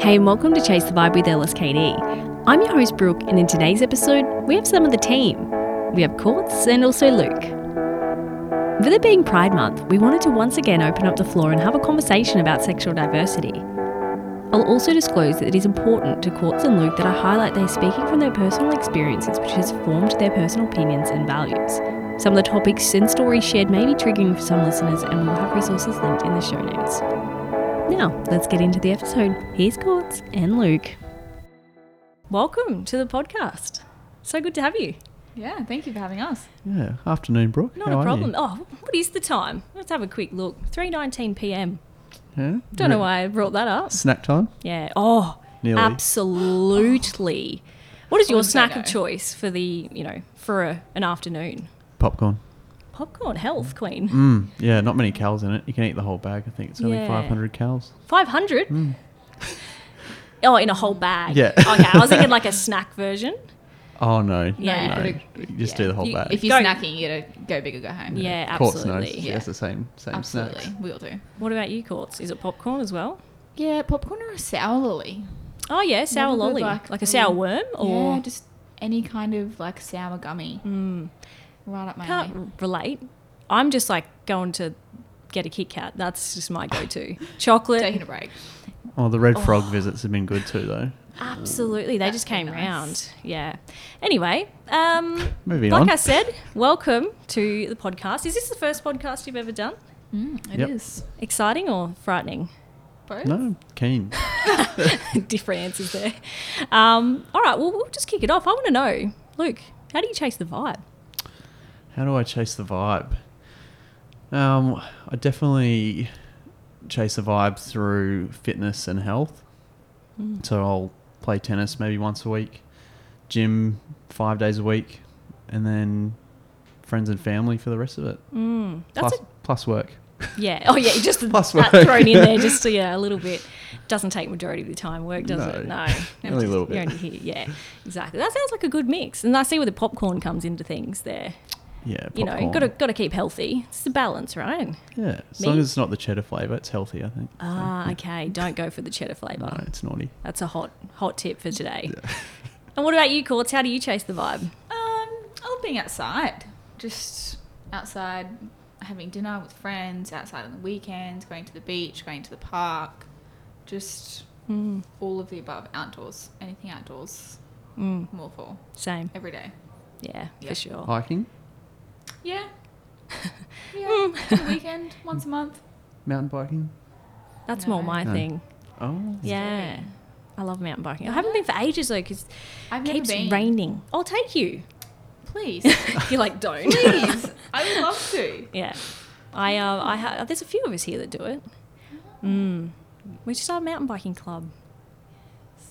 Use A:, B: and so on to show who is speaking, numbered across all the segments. A: Hey, and welcome to Chase the Vibe with LSKD. I'm your host, Brooke, and in today's episode, we have some of the team. We have Courts and also Luke. With it being Pride Month, we wanted to once again open up the floor and have a conversation about sexual diversity. I'll also disclose that it is important to Courts and Luke that I highlight they are speaking from their personal experiences, which has formed their personal opinions and values. Some of the topics and stories shared may be triggering for some listeners, and we'll have resources linked in the show notes. Now, let's get into the episode. Here's Courts and Luke. Welcome to the podcast. So good to have you.
B: Yeah, thank you for having us.
C: Yeah, afternoon, Brooke.
A: Not
C: How
A: a
C: are
A: problem.
C: You?
A: Oh, what is the time? Let's have a quick look. 3:19 p.m.
C: Yeah?
A: Don't know
C: Re-
A: why I brought that up.
C: Snack time.
A: Yeah. Oh,
C: Nearly.
A: absolutely. What is your
B: Potato.
A: snack of choice for the, you know, for a, an afternoon?
C: Popcorn.
A: Popcorn health queen.
C: Mm, yeah, not many calories in it. You can eat the whole bag. I think it's only
A: Yeah.
C: 500 calories.
A: 500?
C: Mmm.
A: Oh, in a whole bag.
C: Yeah.
A: okay, I was thinking like a snack version.
C: Oh no.
A: Yeah.
C: No.
B: But
C: You just
A: yeah.
C: do the whole
A: You-
C: bag.
B: If you're
A: Go.
B: snacking, you gotta go big or go home.
A: Yeah,
C: Of course,
A: absolutely.
C: No, she
B: Yeah.
C: has the same same
B: absolutely.
C: snacks.
B: We all do.
A: What about you, Courts? Is it popcorn as well?
B: Yeah, popcorn or a sour lolly,
A: Oh, yeah, sour
B: good,
A: lolly. Like,
B: like,
A: a
B: mm,
A: sour worm? Or
B: yeah, just any kind of like sour gummy,
A: Mm.
B: right up my
A: can't
B: alley.
A: r- relate. I'm just like going to get a Kit Kat. That's just my go to. Chocolate.
B: Taking a break.
C: Oh, the red frog visits have been good too, though.
A: Absolutely, they
B: That'd
A: just
B: be
A: came
B: nice.
A: round. Yeah. Anyway, um,
C: Moving
A: like
C: on.
A: I said, welcome to the podcast. Is this the first podcast you've ever done?
B: Mm, it
C: Yep.
B: is.
A: Exciting or frightening?
B: Both. Um,
C: No, keen.
A: Different answers there. Um, all right, well, we'll just kick it off. I want to know, Luke, how do you chase the vibe?
C: How do I chase the vibe? Um, I definitely chase the vibe through fitness and health.
A: Mm.
C: So I'll play tennis maybe once a week, gym five days a week, and then friends and family for the rest of it.
A: Mm, that's
C: Plus, plus work.
A: a, yeah. Oh, yeah, just
C: Plus
A: that
C: work.
A: thrown in there just yeah, a little bit. Doesn't take majority of the time work, does it? No.
C: No. Only a little
A: You're
C: bit.
A: only here. Yeah, exactly. That sounds like a good mix. And I see where the popcorn comes into things there.
C: Yeah,
A: you know,
C: popcorn.
A: got to got to keep healthy. It's the balance, right?
C: yeah. As
A: Me?
C: long as it's not the cheddar flavour, it's healthy. I think. So,
A: Ah,
C: yeah.
A: okay. Don't go for the cheddar flavour.
C: No, it's naughty.
A: That's a hot hot tip for today. And what about you, Courts? How do you chase the vibe?
B: Um, I love being outside. Just outside, having dinner with friends, outside on the weekends, going to the beach, going to the park, just all of the above. Outdoors, anything outdoors,
A: Mm,
B: more for
A: same.
B: every day.
A: Yeah,
B: Yeah.
A: for sure.
C: Hiking,
B: Yeah. Yeah. the weekend, once a month.
C: mountain biking.
A: That's more
B: Oh. No.
A: my
C: No.
A: thing.
C: Oh,
A: Yeah. I love mountain biking. I haven't been for ages though because
B: I've
A: it keeps
B: never been.
A: raining. I'll take you.
B: Please.
A: You're like, don't.
B: Please. I would love to.
A: Yeah. I uh, I ha- there's a few of us here that do it. Mm. We should start a mountain biking club.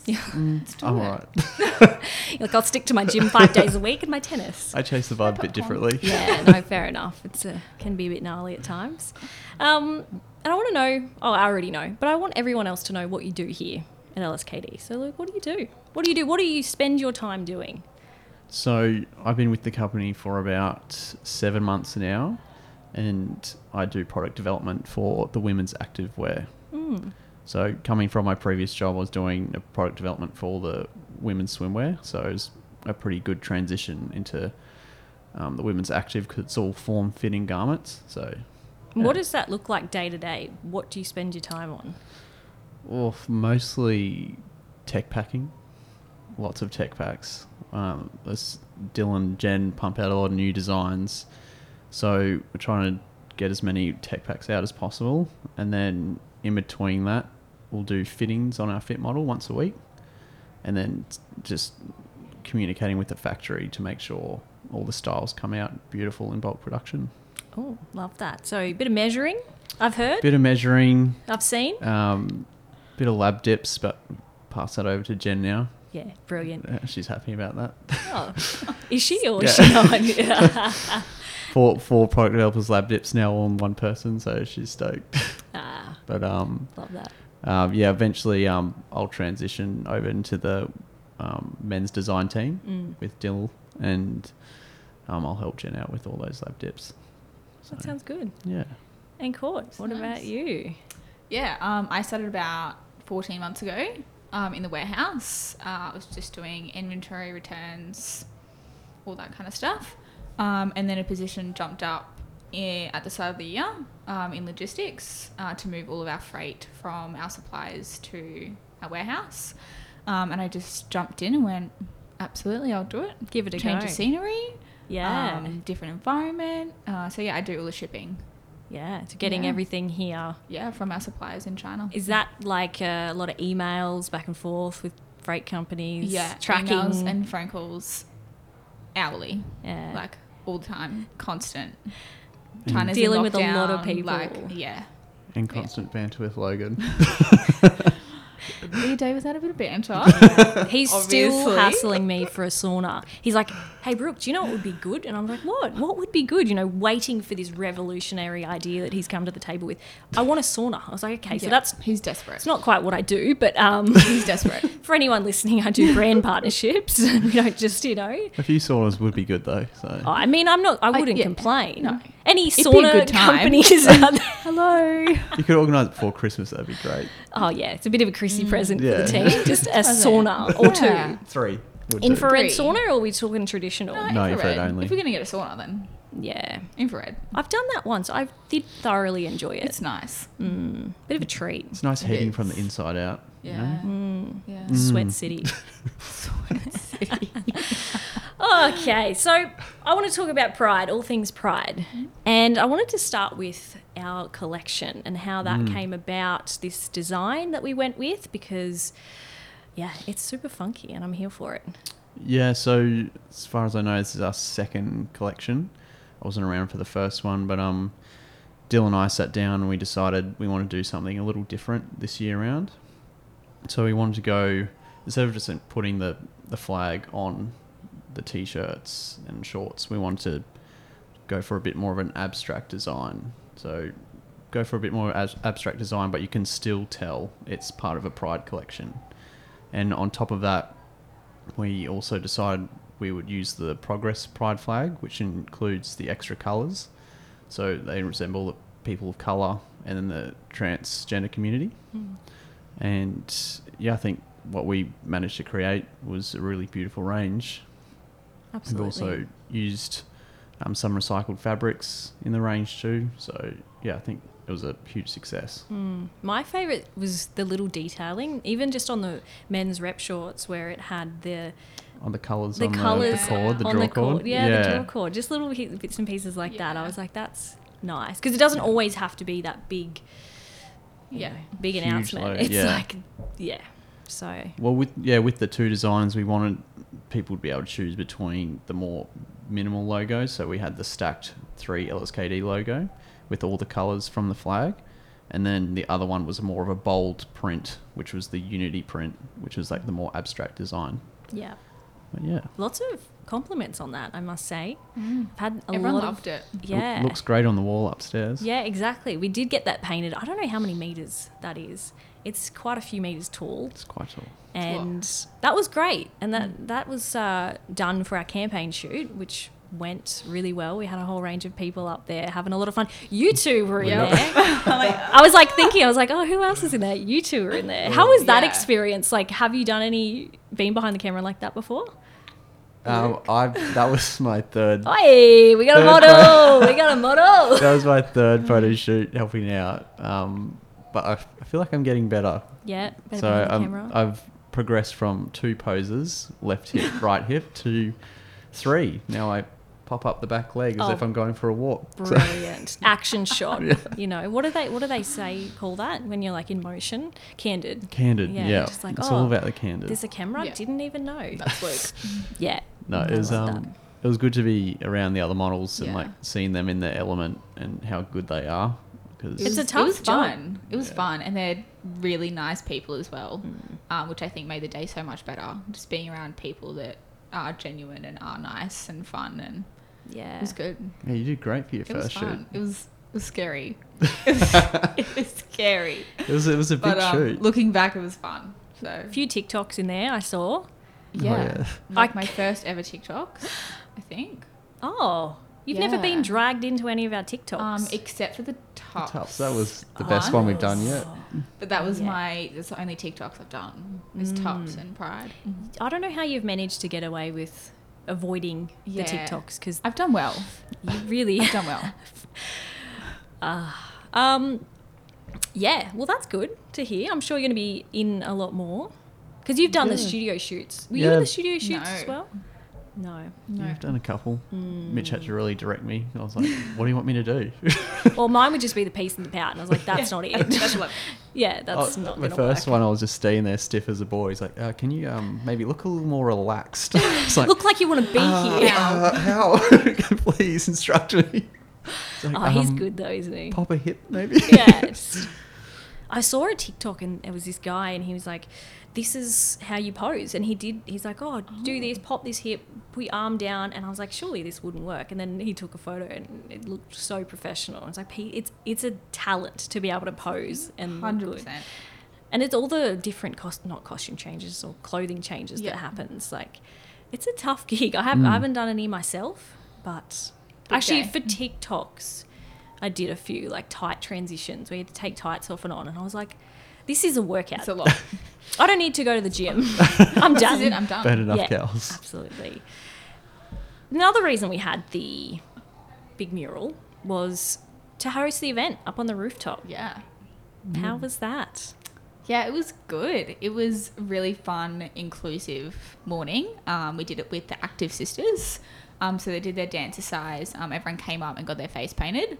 A: Yeah.
B: Let's do
C: I'm
B: it.
C: alright.
A: You're like I'll stick to my gym five days a week and my tennis.
C: I chase the vibe a
B: popcorn.
C: bit differently.
A: Yeah, no, fair enough. It's a, can be a bit gnarly at times. Um, and I want to know. Oh, I already know, but I want everyone else to know what you do here at LSKD. So, Luke, what do you do? What do you do? What do you spend your time doing?
C: So I've been with the company for about seven months now, and I do product development for the women's active wear. So coming from my previous job, I was doing a product development for the women's swimwear. So it was a pretty good transition into um, the women's active because it's all form-fitting garments. So
A: And What
C: Yeah.
A: does that look like day to day? What do you spend your time on?
C: Well, mostly tech packing. Lots of tech packs. Um, us- Dylan, Jen pump out a lot of new designs. So we're trying to get as many tech packs out as possible. And then in between that, we'll do fittings on our fit model once a week. And then s- just communicating with the factory to make sure all the styles come out beautiful in bulk production.
A: Oh, love that. So, a bit of measuring. I've heard.
C: Bit of measuring,
A: I've seen.
C: um, bit of lab dips, but pass that over to Jen now.
A: Yeah, brilliant.
C: Uh, she's happy about that.
A: Oh, is she or is
C: Yeah.
A: she not? Yeah.
C: Four four product developers lab dips now on one person, so she's stoked.
A: ah,
C: but um,
A: love that.
C: um, yeah, eventually um, I'll transition over into the um, men's design team
A: Mm.
C: with Dill, and um, I'll help Jen out with all those lab dips. So,
A: That sounds good.
C: yeah.
A: And Court, what
B: Nice.
A: about you?
B: Yeah, um, I started about 14 months ago um, in the warehouse. Uh, I was just doing inventory returns, all that kind of stuff. Um, and then a position jumped up i at the start of the year um, in logistics uh, to move all of our freight from our suppliers to our warehouse. Um, and I just jumped in and went, absolutely, I'll do it.
A: Give it a
B: Change
A: go.
B: of scenery,
A: Yeah.
B: um, different environment. Uh, so yeah, I do all the shipping.
A: yeah. So getting
B: yeah.
A: everything here.
B: Yeah, from our suppliers in China.
A: Is that like uh, a lot of emails back and forth with freight companies?
B: yeah,
A: Tracking.
B: emails and phone calls hourly,
A: yeah.
B: like all the time, constant.
C: Mhm.
B: China's in
A: Dealing with a lot of
B: lockdown,
A: people.
B: Like, yeah,
C: And constant banter with Logan.
B: It'd be a day without a bit of banter.
A: He's still
B: Obviously.
A: hassling me for a sauna. He's like, "Hey Brooke, do you know what would be good?" And I'm like, "What? What would be good?" You know, waiting for this revolutionary idea that he's come to the table with. I want a sauna. I was like, "Okay, so
B: Yeah,
A: that's
B: he's desperate.
A: it's not quite what I do, but um,
B: he's desperate.
A: for anyone listening, I do brand partnerships. we don't just, you know,
C: a few saunas would be good though. So
A: Oh, I mean, I'm not. I
B: I-
A: wouldn't
B: yeah,
A: complain.
B: no.
A: Any
B: It'd be a
A: sauna
B: good time.
A: companies out there? Hello.
C: you could organise it before Christmas. That'd be great.
A: Oh yeah, it's a bit of a Chrissy present for the
C: Yeah.
A: team. Just a
B: Present.
A: sauna or
B: Mm. Yeah.
A: two.
C: Three. Would
A: Infrared
B: Three.
A: sauna, or are we talking traditional?
C: No, infrared only.
B: If we're gonna get a sauna, then
A: Yeah,
B: infrared.
A: I've done that once. I did thoroughly enjoy it.
B: It's nice.
A: Mm, bit of a treat.
C: It's nice
B: It
C: heating from
B: is.
C: the inside out. you know?
B: Yeah.
A: Mm,
B: Yeah.
A: Sweat
C: Mm.
A: city.
B: City.
A: Okay, so I want to talk about pride, all things pride. And I wanted to start with our collection and how that
C: Mm.
A: came about, this design that we went with, because, yeah, it's super funky and I'm here for it.
C: Yeah, so as far as I know, this is our second collection. I wasn't around for the first one, but um, Dill and I sat down and we decided we want to do something a little different this year round. So we wanted to go instead of just putting the the flag on the t-shirts and shorts, we wanted to go for a bit more of an abstract design. So go for a bit more as abstract design, but you can still tell it's part of a Pride collection. And on top of that, we also decided we would use the progress pride flag, which includes the extra colours. So they resemble the people of colour and then the transgender community.
A: Hmm.
C: And yeah, I think what we managed to create was a really beautiful range. We've
A: Absolutely.
C: also used um, some recycled fabrics in the range too. So yeah, I think it was a huge success.
A: Mm. My favourite was the little detailing, even just on the men's rep shorts where it had the
C: On the colours,
A: the
C: on
A: colours
C: the, the cord, the
A: on
C: draw
A: the
C: cord.
A: cord. Yeah, the draw cord. Just little hi- bits and pieces like that. I
B: Yeah.
A: was like, that's nice. Because it doesn't always have to be that big, you
B: Yeah.
A: know, big
C: Huge
A: announcement.
C: load,
A: it's
C: yeah.
A: like, yeah. So,
C: Well, with yeah, with the two designs, we wanted people to be able to choose between the more minimal logos. So we had the stacked three LSKD logo with all the colours from the flag, and then the other one was more of a bold print, which was the Unity print, which was like the more abstract design.
A: yeah.
C: But yeah,
A: Lots of compliments on that, I must say. I've had a
B: Mm. Everyone
A: lot
B: loved it.
A: of.
C: It loo-
A: Yeah.
C: looks great on the wall upstairs.
A: Yeah, exactly. We did get that painted. I don't know how many meters that is. It's quite a few meters tall.
C: it's quite tall.
A: and that was great and that that was uh, done for our campaign shoot which went really well we had a whole range of people up there having a lot of fun you two were in
C: Yeah.
A: there i was like thinking i was like oh who else is in there you two were in there how was that
B: Yeah.
A: experience like have you done any been behind the camera like that before
C: Um, I that was my
A: Oh,
C: third.
A: hey we got a model we got a model
C: That was my third photo shoot helping out. Um, but I, I feel like I'm getting better.
A: yeah better
C: so
A: behind the
C: um,
A: camera
C: I've progressed from two poses, left hip, right hip, to three. Now I pop up the back leg as
A: Oh.
C: if I'm going for a walk. So-
A: Brilliant action shot. You know what do they what do they say call that when you're like in motion? Candid.
C: candid,
A: Yeah,
C: yeah.
A: just like,
C: it's
A: oh,
C: all about the candid.
A: There's a camera.
B: Yeah.
A: Didn't even know.
B: That's Luke.
A: Yeah.
C: no,
A: I
C: it was
A: love
C: um, it was good to be around the other models and
B: Yeah.
C: like seeing them in their element and how good they are.
B: It
C: Because
A: It's
B: was,
A: a
B: it
A: tough
B: was
A: job.
B: fun. It was
C: Yeah.
B: fun, and they're really nice people as well, um, which I think made the day so much better. Just being around people that are genuine and are nice and fun, and
A: Yeah.
B: it was good.
C: yeah, you did great for your
B: it was
C: first shoot.
B: fun. It was it was scary. it, was, it was scary,
C: It was it was a big
B: but um,
C: shoot.
B: looking back, it was fun. So
A: A few TikToks in there I saw.
C: Oh,
B: yeah,
C: yeah.
B: like
A: I-
B: my first ever TikToks, I think.
A: Oh, You've never
B: Yeah.
A: been dragged into any of our TikToks.
B: Um, except for the tops.
C: Tops. That was the best one we've done yet.
B: But that was
A: Yeah.
B: my. That's the only TikToks I've done. Is tops and pride.
A: I don't know how you've managed to get away with avoiding
B: Yeah.
A: the TikToks because
B: I've done well.
A: you really
B: I've done well.
A: Um, yeah, well, that's good to hear. I'm sure you're going to be in a lot more because you've done the
C: Yeah.
A: studio shoots. Were you
C: Yeah.
A: in the studio shoots as
B: No.
A: well? No. Hmm.
B: No.
C: I've done a couple. Mitch had to really direct me. I was like, "What do you want me to do?"
A: Well, mine would just be the piece in the pout, and I was like, that's not it.
B: That's what-
A: yeah, that's
C: Oh,
A: not
C: the
A: going to
C: first
A: work.
C: one. I was just staying there, stiff as a board. He's like, uh, "Can you um, maybe look a little more relaxed?" It's like,
A: Look like you want to be
C: "Uh,
A: here.
C: uh, how? Please instruct me. It's like,
A: Oh, he's
C: um,
A: good though, isn't he?
C: Pop a hip, maybe.
A: yes. I saw a TikTok and there was this guy and he was like, "This is how you pose." And he did. He's like, "Oh, do this, pop this hip, put your arm down." And I was like, "Surely this wouldn't work." And then he took a photo and it looked so professional. It's like "Pete, it's it's a talent to be able to pose and look
B: Hundred
A: good.
B: percent.
A: And it's all the different cost not costume changes or clothing changes
B: Yeah.
A: that happens. Like, it's a tough gig. I have
B: Hmm.
A: I haven't done any myself, but
B: Big
A: actually
B: day.
A: for TikToks, I did a few like tight transitions where you had to take tights off and on, and I was like, this is a workout.
B: It's a lot.
A: I don't need to go to the gym. I'm
B: this is it.
A: done.
B: I'm done.
C: Burn enough
A: Yeah.
C: cows.
A: Absolutely. Another reason we had the big mural was to host the event up on the rooftop.
B: Yeah.
A: How was that?
B: Hmm. Yeah, it was good. It was a really fun, inclusive morning. Um, we did it with the Active Sisters. Um, so they did their dance size. Um, everyone came up and got their face painted.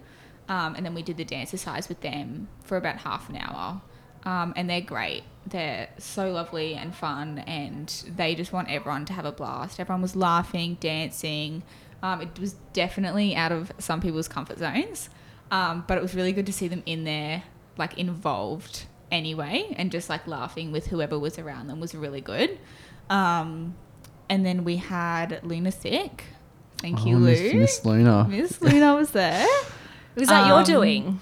B: Um, and then we did the dance size with them for about half an hour. Um, and they're great. They're so lovely and fun. And they just want everyone to have a blast. Everyone was laughing, dancing. Um, it was definitely out of some people's comfort zones. Um, but it was really good to see them in there, like involved anyway, and just like laughing with whoever was around them was really good. Um, and then we had Luna Sick. Thank you,
C: Oh,
B: Lou.
C: Miss, Miss Luna.
B: Miss Luna was there.
A: Was that your
B: Um,
A: doing?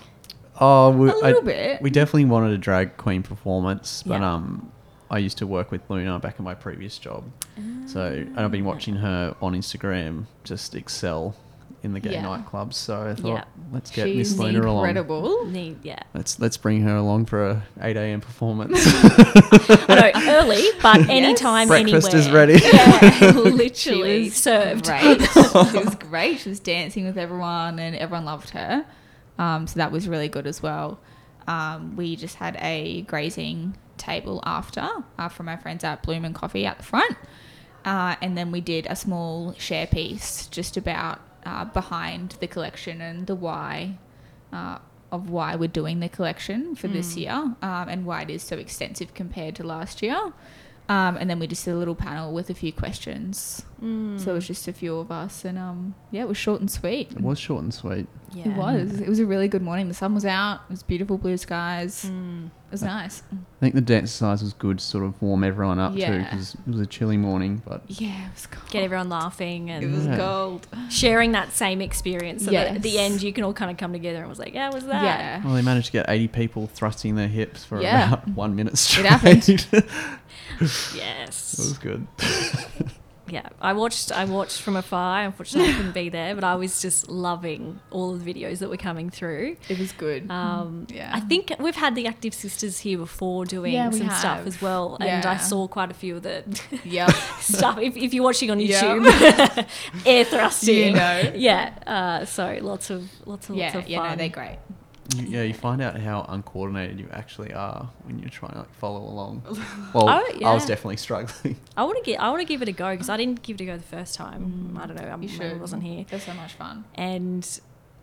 C: Oh, we,
B: A little bit.
C: We definitely wanted a drag queen performance, but
A: Yeah.
C: um, I used to work with Luna back in my previous job, so and I've
A: Ah.
C: been watching her on Instagram just excel in the gay
B: Yeah.
C: nightclubs. So I thought,
A: Yeah.
C: let's get
B: She's
C: Miss Luna along.
B: incredible.
A: Need, yeah.
C: Let's let's bring her along for a eight a.m. performance.
A: I know, early, but anytime,
C: Breakfast is
A: anywhere.
C: ready.
A: Yeah,
B: She
A: literally
B: was
A: served.
B: Great. she was great. She was dancing with everyone, and everyone loved her. Um, so that was really good as well. Um, we just had a grazing table after uh, from our friends at Bloom and Coffee out the front, uh, and then we did a small share piece just about uh, behind the collection and the why. Uh, of why we're doing the collection for this year um, and why it is so extensive compared to last year. Um, and then we just did a little panel with a few questions.
A: Mm, Hmm.
B: So it was just a few of us, and um, yeah, it was short and sweet.
C: it was short and sweet.
A: Yeah.
B: It was. It was a really good morning. The sun was out. It was beautiful blue skies.
A: Hmm. Mm.
B: It was nice.
C: I think the dance size was good, to sort of warm everyone up too,
B: Yeah.
C: because it was a chilly morning. But
B: Yeah, it was cold.
A: Get everyone laughing
B: it
A: and
B: was
C: Yeah.
B: gold.
A: sharing that same experience so that at the
B: Yes.
A: end you can all kind of come together and was like, yeah, was that?
B: Yeah.
C: well, they managed to get eighty people thrusting their hips for
B: Yeah.
C: about one minute straight.
B: happened.
C: it
A: Yes.
C: was good.
A: Yeah. I watched I watched from afar. Unfortunately, I couldn't be there, but I was just loving all of the videos that were coming through.
B: It was good.
A: Um,
B: Mm, Yeah.
A: I think we've had the Active Sisters here before doing
B: Yeah, we
A: some stuff
B: have.
A: as well, and I
B: Yeah.
A: saw quite a few of the
B: yep.
A: stuff if, if you're watching on
B: Yeah.
A: YouTube, air thrusting.
B: You know.
A: Yeah. Uh, so lots of lots and lots
B: yeah.
A: of
B: Yeah. No,
A: fun.
B: they're great.
C: You, yeah, you find out how uncoordinated you actually are when you're trying to like follow along.
B: Oh,
C: Well, I was
A: yeah.
C: definitely struggling.
A: I want to get I want to give it a go because I didn't give it a go the first time. I don't know. I
B: Mm-hmm. You
A: maybe
B: should.
A: wasn't here,
B: They're so much fun.
A: and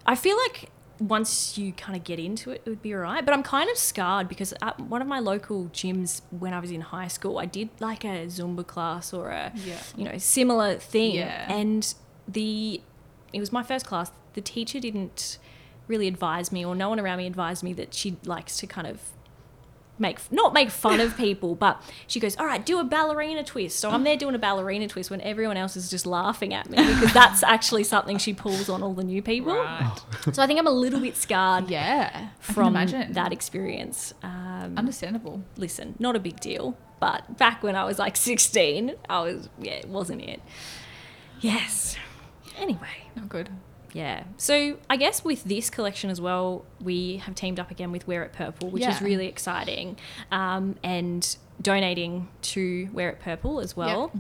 A: I feel like once you kind of get into it, it would be all right. But I'm kind of scarred because at one of my local gyms when I was in high school, I did like a Zumba class or a
B: Yeah.
A: you know similar thing,
B: Yeah.
A: and the it was my first class. The teacher didn't really advise me, or no one around me advised me that she likes to kind of make not make fun of people, but she goes, "All right, do a ballerina twist." So I'm there doing a ballerina twist when everyone else is just laughing at me because that's actually something she pulls on all the new people.
C: Oh.
B: Right.
A: So I think I'm a little bit scarred
B: Yeah.
A: from
B: I can imagine.
A: that experience. Um,
B: Understandable.
A: listen, not a big deal, but back when I was like 16, I was yeah, it wasn't it. Yes. Anyway,
B: Not good.
A: Yeah. So I guess with this collection as well, we have teamed up again with Wear It Purple, which is
B: Yeah.
A: really exciting, um, and donating to Wear It Purple as well.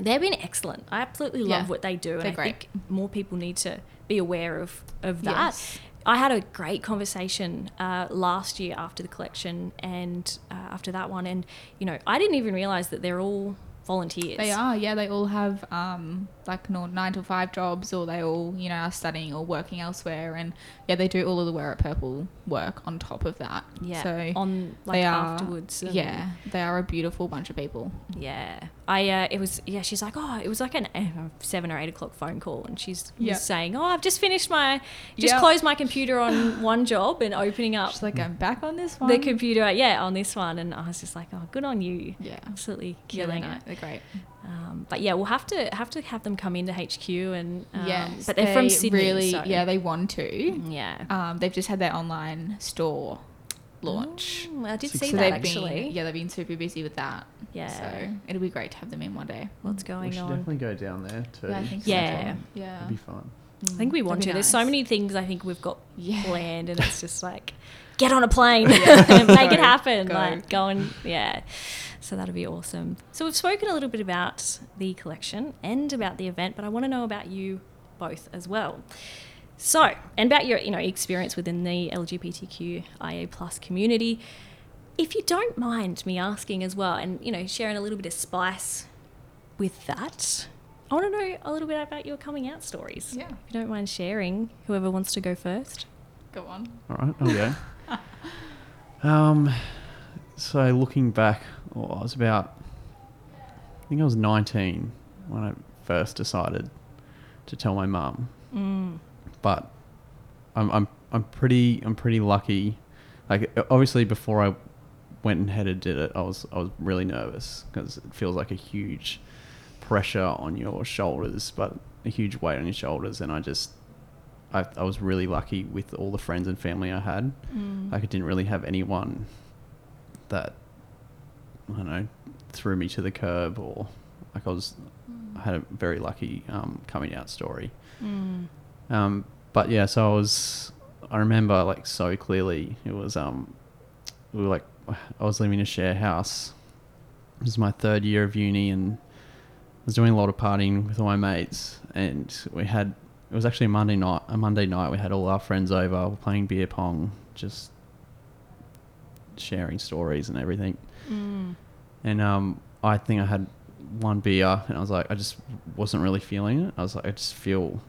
A: They've been excellent. I absolutely love
B: Yeah.
A: what they do, and
B: They're
A: I
B: great.
A: think more people need to be aware of of that.
B: Yes.
A: I had a great conversation uh, last year after the collection and uh, after that one, and you know, I didn't even realize that they're all volunteers.
B: They are, yeah. They all have um, like no- nine to five jobs, or they all, you know, are studying or working elsewhere. And yeah, they do all of the Wear It Purple work on top of that.
A: Yeah.
B: So
A: on like
B: they are,
A: afterwards. and-
B: yeah, they are a beautiful bunch of people.
A: Yeah. I, uh, it was, yeah, she's like, oh, it was like an uh, seven or eight o'clock phone call. And she's
B: Yeah.
A: was saying, oh, I've just finished my, just
B: Yeah.
A: closed my computer on one job and opening up
B: She's like, I'm back on this one.
A: the computer, yeah, on this one. And I was just like, oh, good on you.
B: Yeah.
A: Absolutely
B: Yeah,
A: killing
B: they're,
A: it.
B: ni- they're great.
A: Um, but yeah, we'll have to have to have them come into HQ and um,
B: yes,
A: but they're from
B: they
A: Sydney,
B: Really,
A: so- Mm-hmm.
B: yeah, they want to.
A: yeah.
B: Um, they've just had their online store launch.
A: Mm, I did
C: So
A: see
B: So
A: that
B: they've
A: actually.
B: been, yeah, they've been super busy with that.
A: Yeah.
B: So mm, it'll be great to have them in one day.
A: What's
C: we
A: going
C: should
A: on?
C: definitely go down there too.
B: Oh Yeah, I think so.
A: Yeah.
B: Yeah.
C: it'd be fun.
A: I think we
B: Mm. That'd
A: want
B: be
A: to. There's so
B: nice.
A: many things I think we've got
B: Yeah.
A: planned, and it's just like, get on a plane and make it
B: Go,
A: happen.
B: go.
A: Like, go and, yeah. So that'll be awesome. So we've spoken a little bit about the collection and about the event, but I want to know about you both as well. So, and about your, you know, experience within the LGBTQIA plus community. If you don't mind me asking as well, and, you know, sharing a little bit of spice with that, I want to know a little bit about your coming out stories.
B: Yeah.
A: If you don't mind sharing, whoever wants to go first.
B: Go on.
C: All right, oh, I'll go. um, so looking back, well, I was about, I think I was 19 when I first decided to tell my mum.
A: Mm,
C: But I'm, I'm, I'm pretty, I'm pretty lucky. Like o- obviously before I went and headed did it, I was, I was really nervous because it feels like a huge pressure on your shoulders, but a huge weight on your shoulders. And I just, I, I was really lucky with all the friends and family I had.
A: mm,
C: Like I didn't really have anyone that I don't know threw me to the curb or like I was
B: Mm.
C: I had a very lucky um, coming out story.
A: mm,
C: Um, but yeah, so I was I remember like so clearly it was um we were like I was living in a share house. It was my third year of uni and I was doing a lot of partying with all my mates, and we had it was actually a Monday night. A Monday night, we had all our friends over. We We're playing beer pong, just sharing stories and everything.
A: mm,
C: And um, I think I had one beer, and I was like, I just wasn't really feeling it. I was like, I just feel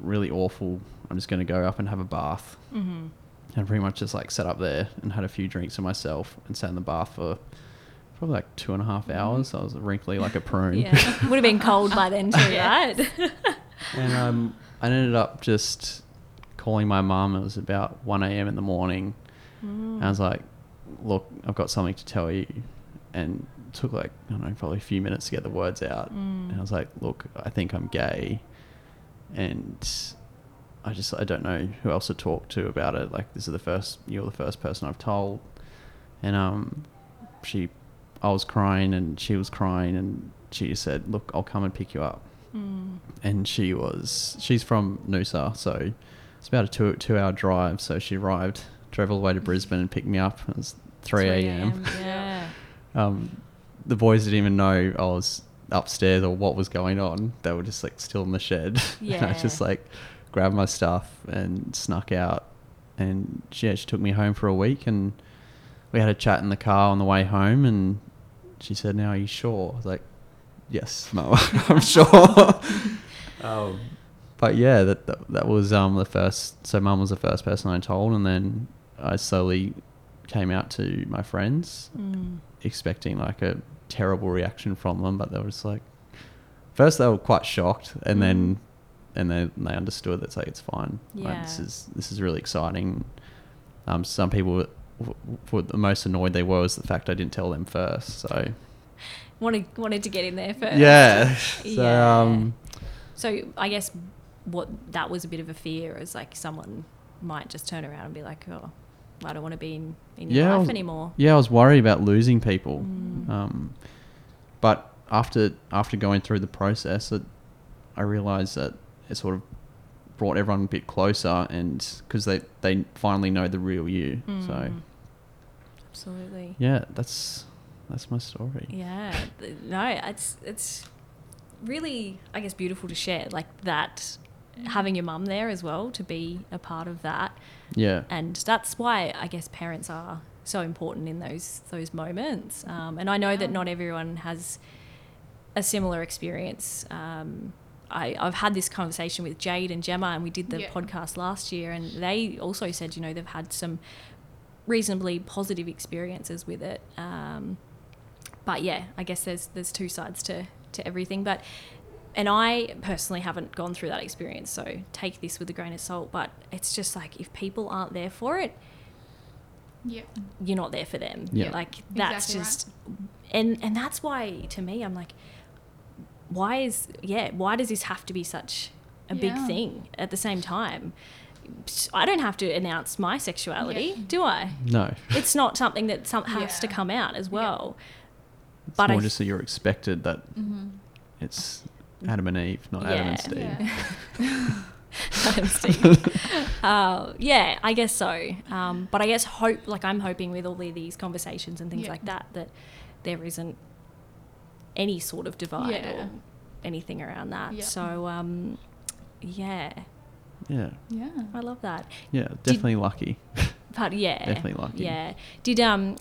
C: really awful. I'm just gonna go up and have a bath.
A: Mm-hmm.
C: And pretty much just like sat up there and had a few drinks to myself and sat in the bath for probably like two and a half hours. I was wrinkly like a prune.
A: Yeah. Would have been cold by then too,
B: Yeah.
A: right?
C: And um, I ended up just calling my mum. It was about 1 a.m. in the morning. And I was like, look, I've got something to tell you. And it took like, I don't know, probably a few minutes to get the words out.
A: Mm.
C: And I was like, look, I think I'm gay. And I just, I don't know who else to talk to about it. Like, this is the first, you're the first person I've told. And um, she, I was crying and she was crying. And she just said, look, I'll come and pick you up and she was she's from Noosa, so it's about a two two hour drive. So she arrived, drove all the way to Brisbane and picked me up. It was three a.m.
A: Yeah.
C: Um, the boys didn't even know I was upstairs or what was going on. They were just like still in the shed. and I
A: Yeah.
C: just like grabbed my stuff and snuck out. And she, yeah, she took me home for a week, and we had a chat in the car on the way home. And she said, "Now are you sure?" I was like, "Yes, no, I'm sure." um, but yeah, that, that that was um the first. So mum was the first person I told, and then I slowly came out to my friends
A: Mm.
C: expecting like a terrible reaction from them, but they were just like, first they were quite shocked, and then and then they understood that it's like it's fine. Like, this
A: Mm. Yeah.
C: is this is really exciting. Um, some people were, w- were the most annoyed they were was the fact I didn't tell them first. So
A: Wanted wanted to get in there first.
C: yeah, so
A: Yeah.
C: um,
A: So I guess what that was a bit of a fear is like someone might just turn around and be like, oh, I don't want to be in, in your
C: Yeah, I
A: life
C: was-
A: anymore.
C: yeah, I was worried about losing people.
A: Mm.
C: Um, but after after going through the process, it, I realized that it sort of brought everyone a bit closer, and because they they finally know the real you. So
A: Mm. Absolutely.
C: yeah, that's that's my story.
A: Yeah. th- No, it's it's really I guess beautiful to share like that
B: Mm.
A: having your mum there as well to be a part of that.
C: Yeah,
A: And that's why I guess parents are so important in those those moments. Um, and I know that
B: Yeah.
A: not everyone has a similar experience. Um, I, I've had this conversation with Jade and Gemma, and we did the
B: Yeah.
A: podcast last year, and they also said, you know, they've had some reasonably positive experiences with it. Um, but yeah, I guess there's there's two sides to to everything. But and I personally haven't gone through that experience, so take this with a grain of salt. But it's just like if people aren't there for it,
B: Yeah.
A: you're not there for them.
C: Yeah.
A: Like that's
B: Exactly right.
A: just and and that's why to me I'm like why is yeah, why does this have to be such a big
B: Yeah.
A: thing at the same time? I don't have to announce my sexuality,
B: Yeah.
A: do I?
C: no,
A: It's not something that some has to
B: Yeah.
A: come out as
B: Yeah.
A: well.
C: it's
A: but I
C: more
A: f-
C: just so you're expected that
B: Mm-hmm.
C: it's Adam and Eve, not Adam and Steve.
B: Yeah.
A: Adam Steve. uh, yeah, I guess so. Um, but I guess hope, like I'm hoping with all the, these conversations and things
B: Yeah.
A: like that, that there isn't any sort of divide
B: Yeah.
A: or anything around that.
B: Yeah.
A: So, um, yeah,
C: Yeah,
B: Yeah.
A: I love that.
C: yeah, definitely lucky.
A: But yeah,
C: Definitely lucky.
A: Yeah. Did um,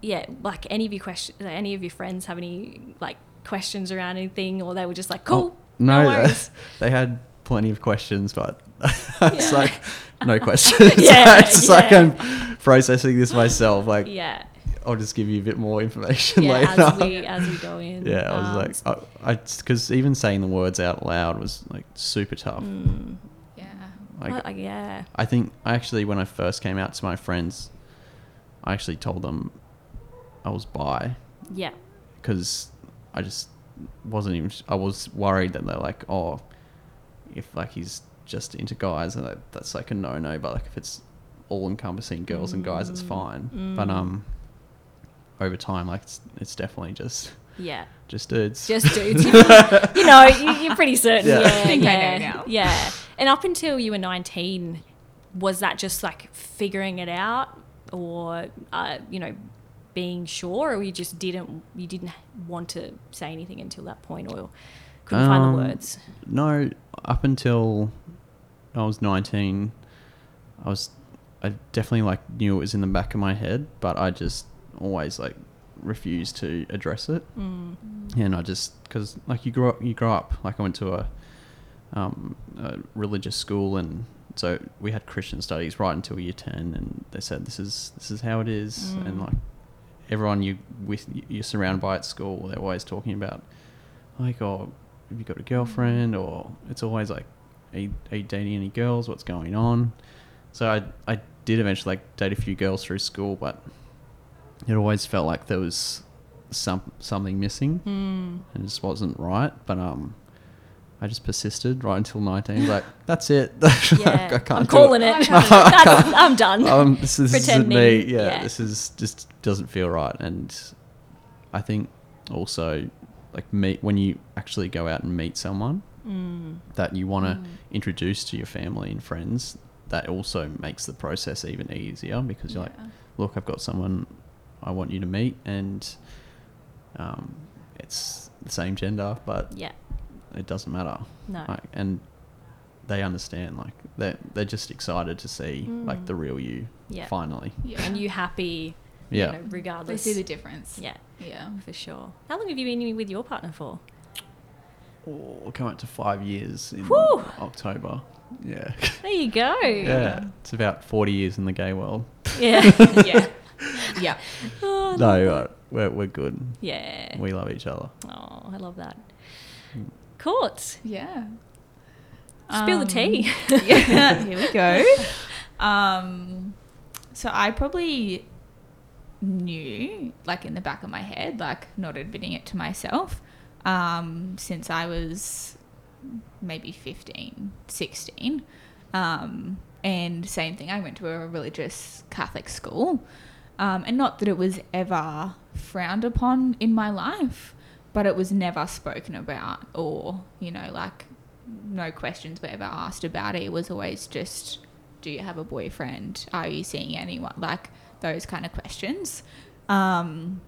A: yeah, like any of your questions, any of your friends have any like questions around anything, or they were just like, cool,
C: Oh, no, they-
A: worries.
C: they had plenty of questions, but it's
A: Yeah.
C: like no questions.
A: Yeah,
C: it's just like
A: yeah.
C: I'm processing this myself. Like
A: yeah.
C: I'll just give you a bit more information
A: yeah,
C: later.
A: as we as we go in.
C: yeah, I was
A: Um, s-
C: like, I, because even saying the words out loud was like super tough.
A: mm,
B: Yeah.
C: Like
A: I- I- yeah,
C: I think I actually when I first came out to my friends, I actually told them I was bi
A: yeah,
C: because I just wasn't even. I was worried that they're like, oh, if like he's just into guys, and that, that's like a no no. But like if it's all encompassing girls and guys, it's fine. But um, over time, like it's, it's definitely just
A: yeah.
C: just dudes.
A: Just dudes, you know, you, you're pretty certain. Yeah, yeah,
C: Yeah.
B: I think I know
A: yeah,
B: now.
A: And up until you were 19, was that just like figuring it out, or uh, you know, being sure, or you just didn't you didn't want to say anything until that point, or couldn't find
C: Um,
A: the words?
C: No, up until I was 19, I was I definitely like knew it was in the back of my head, but I just always like refused to address it.
A: Mm,
C: And I just cuz like you grow up you grow up like I went to a um a religious school and so we had Christian studies right until year 10 and they said this is this is how it is and
A: Mm.
C: like everyone you with you're surrounded by at school they're always talking about like oh have you got a girlfriend or it's always like are you, are you dating any girls what's going on so I I did eventually like date a few girls through school but it always felt like there was some something missing
A: mm,
C: and it just wasn't right but um I just persisted right until 19 like that's it
A: yeah,
C: I can't
A: I'm
C: do
A: calling
C: it.
A: it.
B: I can't do it.
A: That's, I'm done.
C: um, this, this isn't me.
A: Pretending,
C: Yeah,
A: yeah.
C: this is just doesn't feel right. And I think also, like meet when you actually go out and meet someone
A: Mm.
C: that you want to
B: Mm.
C: introduce to your family and friends, that also makes the process even easier because you're like,
B: Yeah.
C: look, I've got someone I want you to meet, and um, it's the same gender, but
A: Yeah.
C: it doesn't matter.
A: No.
C: Like, and they understand. Like they they're just excited to see
A: Mm.
C: like the real you.
A: Yeah.
C: Finally.
B: Yeah.
A: And you happy,
C: Yeah.
A: you know,
B: They
A: regardless.
B: see the difference.
A: yeah,
B: Yeah.
A: for sure. How long have you been with your partner for?
C: Oh, come up to five years in
A: Whew.
C: October. Yeah.
A: There you go.
C: yeah. It's about 40 years in the gay world.
A: Yeah.
B: yeah. Yeah.
A: Oh, I
C: No,
A: love
C: uh,
A: that.
C: we're, we're good.
A: Yeah.
C: We love each other.
A: Oh, I love that. Courts.
B: Yeah.
A: Spill the
B: Um,
A: tea.
B: yeah, here we go. Um, so I probably knew, like in the back of my head, like not admitting it to myself, um, since I was maybe 15, 16. Um, and same thing, I went to a religious Catholic school. Um, and not that it was ever frowned upon in my life, but it was never spoken about or, you know, like no questions were ever asked about it. It was always just, do you have a boyfriend? Are you seeing anyone? Like those kind of questions. Um,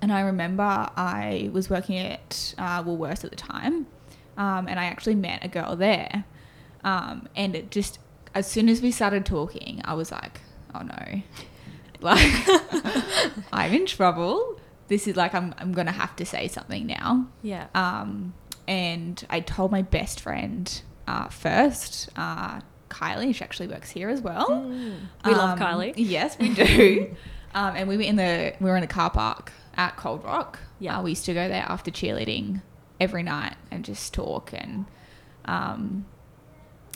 B: and I remember I was working at uh, Woolworths at the time, um, and I actually met a girl there. Um, and it just, as soon as we started talking, I was like, oh no, like I'm in trouble. This is like I'm I'm gonna have to say something now.
A: Yeah.
B: Um, and I told my best friend uh, first, uh, Kylie. She actually works here as well.
A: Oh. We love
B: Um,
A: Kylie.
B: Yes, we do. um, and we were in the we were in the car park at Cold Rock.
A: Yeah.
B: Uh, we used to go there after cheerleading every night and just talk and um,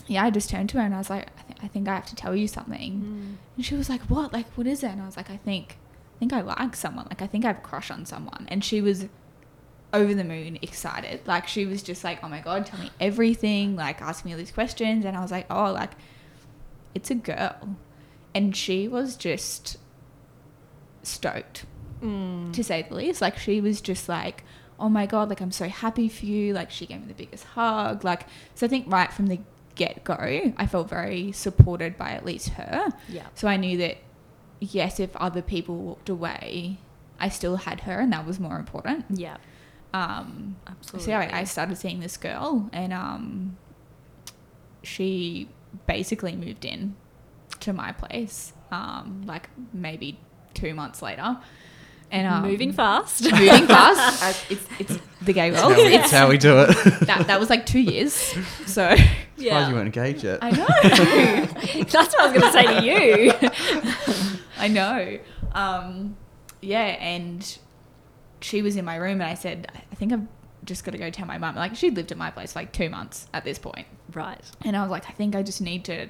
B: yeah, I just turned to her and I was like, I, th- I think I have to tell you something. And she was like, What? Like, what is it? And I was like, I think, I think I like someone. Like, I think I have a crush on someone. And she was over the moon excited. Like, she was just like, Oh my god, tell me everything. Like, ask me all these questions. And I was like, Oh, like, it's a girl. And she was just stoked
A: Mm.
B: to say the least. Like she was just like, "Oh my god, like I'm so happy for you." Like she gave me the biggest hug. Like so, I think right from the get go, I felt very supported by at least her.
A: Yeah.
B: So I knew that yes, if other people walked away, I still had her, and that was more important.
A: Yeah.
B: Um,
A: Absolutely.
B: so yeah, I, I started seeing this girl, and um, she basically moved in to my place, um, like maybe two months later. And um,
A: Moving fast.
B: moving fast. as It's, it's the gay
C: That's how,
A: Oh,
B: world.
C: we, that's how we do it.
B: That, that was like two years. So
C: Surprised you weren't engaged yet.
B: I know.
A: That's what I was going to say to you.
B: I know. Um, yeah, and she was in my room, and I said, I I think I've just got to go tell my mum. Like she lived at my place for like two months at this point.
A: right.
B: And I was like, I think I just need to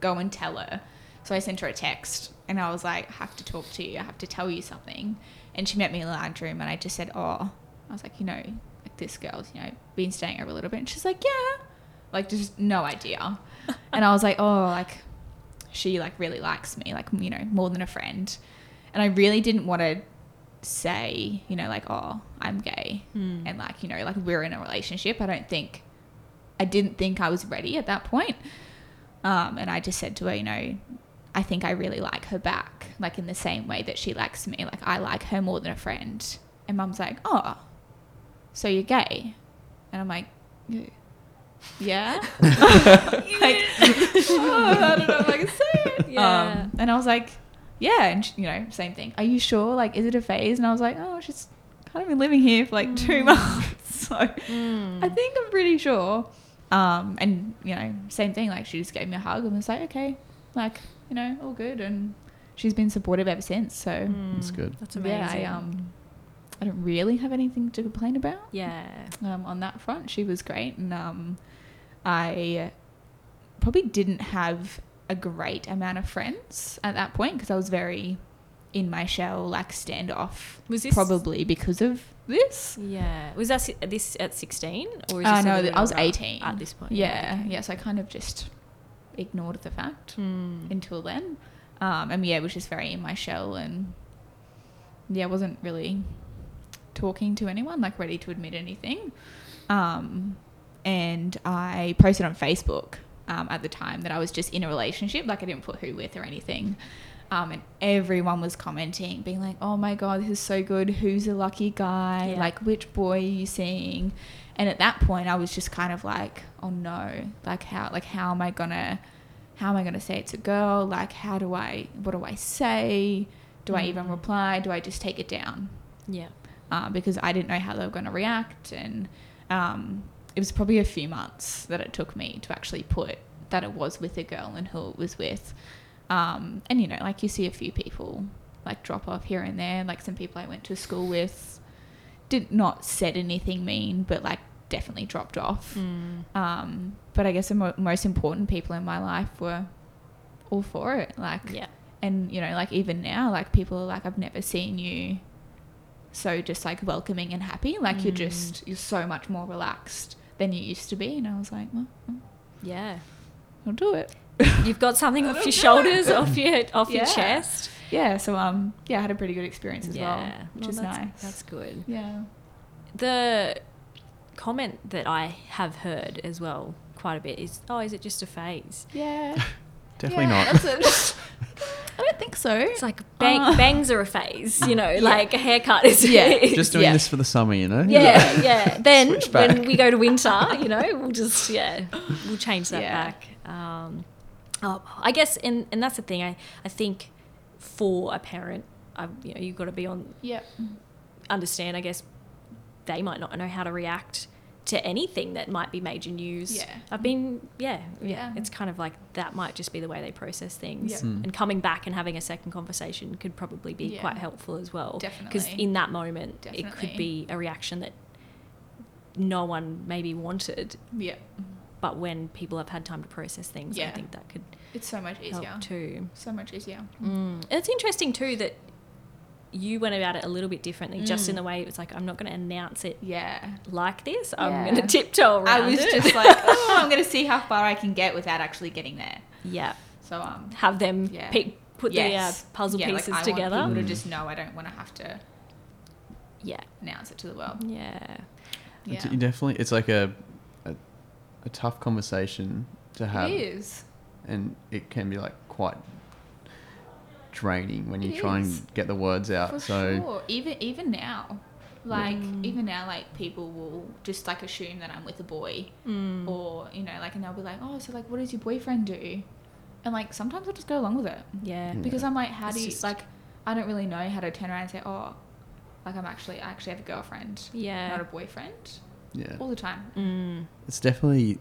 B: go and tell her. So I sent her a text and I was like, I have to talk to you. I have to tell you something. And she met me in the lounge room and I just said, Oh, I was like, you know, like this girl's, you know, been staying over a little bit. And she's like, Yeah. Like, just no idea. and I was like, Oh, like she like really likes me, like, you know, more than a friend. And I really didn't want to say, you know, like, Oh, I'm gay. And like, you know, like we're in a relationship. I don't think I didn't think I was ready at that point. Um, and I just said to her, you know, I think I really like her back, like in the same way that she likes me. Like I like her more than a friend. And mum's like, oh, so you're gay? And I'm like, "Y- yeah. like, oh, I don't know if I can say it.
A: Yeah.
B: Um, and I was like, yeah. And, she, you know, same thing. Are you sure? Like, is it a phase? And I was like, oh, she's kind of been living here for like two months. So.
A: Mm.
B: I think I'm pretty sure. Um, and you know, same thing. Like she just gave me a hug and was like, okay, like you know, all good. And she's been supportive ever since. So
C: That's good.
A: That's Mm, amazing.
B: yeah, I um, I don't really have anything to complain about
A: yeah.
B: um, on that front. She was great, and um, I probably didn't have a great amount of friends at that point because I was very in my shell, like standoff.
A: Was this
B: probably because of this?
A: Yeah. Was that si- this at 16 or is
B: Uh,
A: this a
B: no,
A: little
B: th- I was
A: older
B: 18.
A: at this point.
B: Yeah,
A: okay.
B: yeah. So I kind of just ignored the fact
A: Mm.
B: until then. Um, and yeah, it was just very in my shell and yeah, I wasn't really talking to anyone, like ready to admit anything. Um, and I posted on Facebook um, at the time that I was just in a relationship, like I didn't put who with or anything. Um, and everyone was commenting, being like, oh my God, this is so good. Who's a lucky guy?
A: Yeah.
B: Like, which boy are you seeing? And at that point, I was just kind of like, oh no, like how, like how am I gonna, how am I gonna say it's a girl? Like, how do I, what do I say? Do I even reply? Do I just take it down?
A: Yeah.
B: uh, because I didn't know how they were going to react. And um, it was probably a few months that it took me to actually put that it was with a girl and who it was with. Um, and you know, like you see a few people like drop off here and there, like some people I went to school with did not said anything mean, but like definitely dropped off.
A: Hmm.
B: Um, but I guess the mo- most important people in my life were all for it. Like,
A: Yeah.
B: and you know like even now like people are like i've never seen you so just like welcoming and happy like you're just you're so much more relaxed than you used to be and i was like well
A: Yeah.
B: i'll do it
A: You've got something off your shoulders, off your off your
B: Yeah.
A: chest.
B: yeah so um yeah i had a pretty good experience as well
A: Yeah.
B: which
A: Well,
B: is
A: that's-
B: nice
A: That's good.
B: yeah
A: the comment that I have heard as well quite a bit is, oh, is it just a phase?
B: Yeah.
C: Definitely
B: Yeah,
C: not.
B: That's it. I don't think so.
A: It's like bang,
B: Uh.
A: bangs are a phase, you know, like a haircut is.
B: Yeah.
A: is-
C: Just doing
B: yeah.
C: this for the summer, you know?
A: Yeah, yeah. Then
C: Switch back.
A: when we go to winter, you know, we'll just yeah, we'll change that
B: Yeah.
A: back. Um, oh, I guess, and and that's the thing. I I think for a parent, I you know, you've got to be on
B: Yep.
A: understand. I guess they might not know how to react to anything that might be major news.
B: Yeah.
A: I've been yeah, yeah.
B: Yeah.
A: It's kind of like that might just be the way they process things.
B: Yeah.
C: Mm.
A: And coming back and having a second conversation could probably be
B: Yeah.
A: quite helpful as well. Because
B: Definitely.
A: in that moment, it could
B: Definitely.
A: be a reaction that no one maybe wanted,
B: Yep.
A: but when people have had time to process things, I
B: Yeah.
A: think that could
B: It's so much easier.
A: help too.
B: So much easier.
A: Mm. It's interesting too that you went about it a little bit differently, just in
B: Mm.
A: the way it was like, I'm not going to announce it
B: Yeah.
A: like this. I'm
B: Yeah.
A: going to tiptoe around.
B: I was
A: it.
B: just like, oh, I'm going to see how far I can get without actually getting there.
A: yeah,
B: So, um,
A: have them
B: Yeah.
A: pe- put
B: yes.
A: the uh, puzzle
B: Yeah, like,
A: pieces
B: I want
A: together.
B: people
C: Mm.
B: to just know I don't want to have to
A: Yeah,
B: announce it to the world.
A: yeah,
B: Yeah.
C: It's- you definitely, it's like a, a, a tough conversation to have.
B: It is.
C: And it can be like quite draining when you
B: It
C: try
B: is.
C: and get the words out.
B: For
C: so,
B: sure. Even even now. Like
A: Mm.
B: even now like people will just like assume that I'm with a boy
A: Mm.
B: or you know, like and they'll be like, Oh, so like what does your boyfriend do? And like sometimes I'll just go along with it.
A: yeah.
C: Mm.
B: Because I'm like, how
A: It's
B: do you
A: just-
B: like I don't really know how to turn around and say, Oh, like I'm actually I actually have a girlfriend.
A: Yeah.
B: Not a boyfriend.
C: yeah.
B: All the time.
A: Mm.
C: It's definitely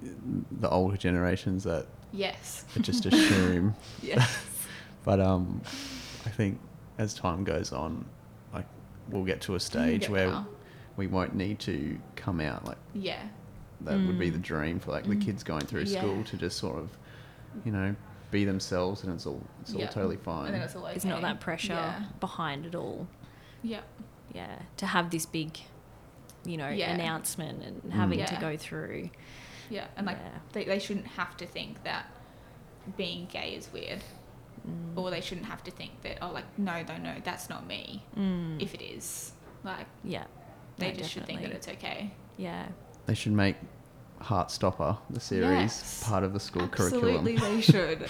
C: the older generations that,
B: Yes.
C: that just assume.
B: Yes.
C: But um, I think as time goes on, like we'll get to a stage
B: get
C: where
B: there.
C: we won't need to come out. Like
B: yeah.
C: that would be
A: Mm.
C: the dream for like the
B: Mm.
C: kids going through
B: Yeah.
C: school to just sort of, you know, be themselves and it's all it's all
B: Yeah.
C: totally
B: And then
C: fine.
B: it's all okay.
A: There's not that pressure
B: Yeah.
A: behind it all.
B: Yeah.
A: Yeah, to have this big, you know,
B: Yeah.
A: announcement and
C: Mm.
A: having to
B: Yeah.
A: go through.
B: Yeah. And like
A: Yeah.
B: they, they shouldn't have to think that being gay is weird.
A: Mm.
B: Or they shouldn't have to think that, oh, like, no, no, no, that's not me.
A: Mm.
B: If it is, like,
A: yeah,
B: they
A: No,
B: just should think that
A: definitely.
B: it's okay.
A: yeah.
C: They should make Heartstopper the series
B: Yes.
C: part of the school
B: Absolutely,
C: curriculum.
B: they should.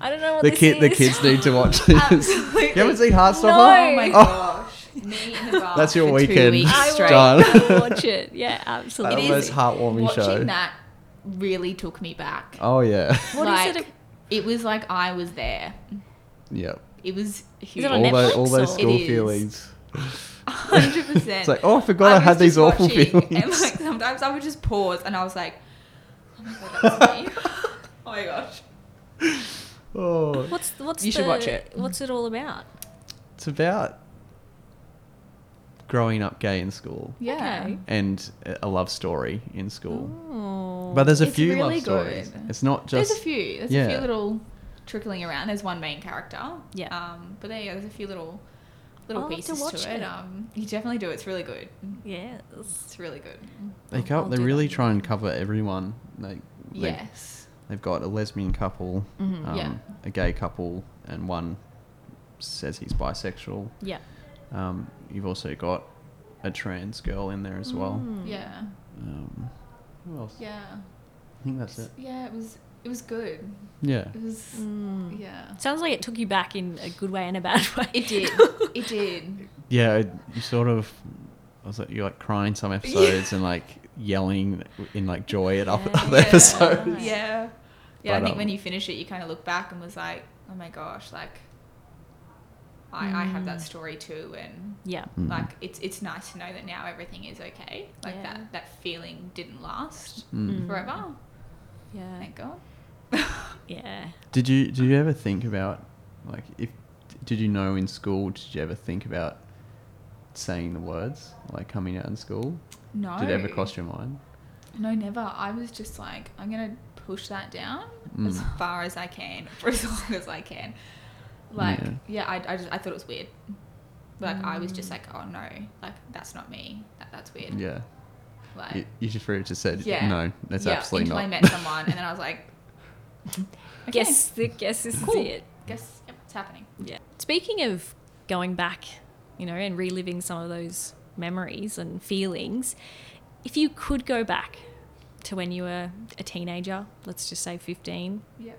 A: I don't know what
C: The
A: this
C: kid, the
A: is.
C: kids need to watch this.
B: Absolutely.
C: you haven't seen Heartstopper?
A: No.
B: Oh my
A: Oh.
B: gosh. Me and the
C: That's your
B: for two
C: weekend.
B: weeks
A: I will
B: straight.
C: Done.
A: I'll watch it. Yeah,
C: That
A: absolutely.
B: It
C: was
B: is-
C: heartwarming
B: Watching
C: show.
B: that really took me back.
C: Oh yeah,
A: What is
B: like,
A: it?
B: It was like I was there.
C: yep.
B: It was
A: it
B: huge.
A: on
C: All those all
A: Netflix
C: those
A: or-
C: school
B: It is.
C: feelings.
B: 100%.
C: It's like oh, I forgot I,
B: was
C: had these
B: just
C: awful
B: watching,
C: feelings.
B: And like sometimes I would just pause and I was like, oh my god, that's me. oh my gosh.
C: oh,
A: What's what's
B: You should
A: the-
B: watch it.
A: What's it all about?
C: it's about growing up gay in school
B: Yeah.
A: Okay.
C: and a- a love story in school.
A: Oh.
C: But there's a
B: It's
C: few
B: really
C: love stories.
B: good.
C: It's not
B: There's
C: just
B: a few. There's a
C: yeah.
B: few little trickling around. There's one main character.
A: Yeah.
B: Um, but there you go. There's a few little little
A: I'll have to
B: pieces to,
A: watch
B: it.
A: it.
B: Um, you definitely do. It's really good.
A: yes.
B: It's really good.
C: they
A: I'll-
C: co-
A: I'll
C: they
A: do
C: really
A: that.
C: try and cover everyone. They, they
B: Yes.
C: they've got a lesbian couple,
A: Mhm.
C: um,
B: Yeah.
C: a gay couple, and one says he's bisexual.
A: Yeah.
C: Um, you've also got a trans girl in there Ah, as well.
A: Mm.
B: Yeah.
C: Um, who else?
B: Yeah.
C: I think that's it.
B: Yeah. It was. It was good.
C: Yeah.
B: It was.
A: Mm.
B: Yeah.
A: Sounds like it took you back in a good way and a bad way.
B: It did. it did.
C: yeah, it- you sort of. I was like, you're like crying some episodes and like yelling in like joy at other,
A: Yeah.
C: other episodes.
B: Yeah. Yeah, I
C: But,
B: think when
C: um,
B: you finish it, you kind of look back and was like, oh my gosh, like, I, I have
A: Hmm.
B: that story too. And
A: Yeah.
C: Mm.
B: like, it's, it's nice to know that now everything is okay. Like,
A: Yeah.
B: that, that feeling didn't last
C: Mm.
A: Mm.
B: forever.
A: Yeah.
B: Thank God.
A: Yeah.
C: Did you did you ever think about like if did you know in school did you ever think about saying the words like coming out in school?
B: No.
C: Did it ever cross your mind?
B: No, never. I was just like, I'm going to push that down as
C: Mm.
B: far as I can for as long as I can. Like,
C: Yeah. Mm.
B: yeah, I, I, just, I thought it was weird. Like, I was just like, oh no, like, that's not me. That, that's weird.
C: Yeah,
B: Like,
C: you, you should have just said
B: Yeah.
C: no. That's
B: yeah,
C: absolutely
B: until
C: not.
B: I met someone, and then I was like, okay,
A: Guess the guess this
B: Cool.
A: is it.
B: guess yep, it's happening.
A: Yeah. Speaking of going back, you know, and reliving some of those memories and feelings, If you could go back to when you were a teenager, let's just say 15,
B: Yep.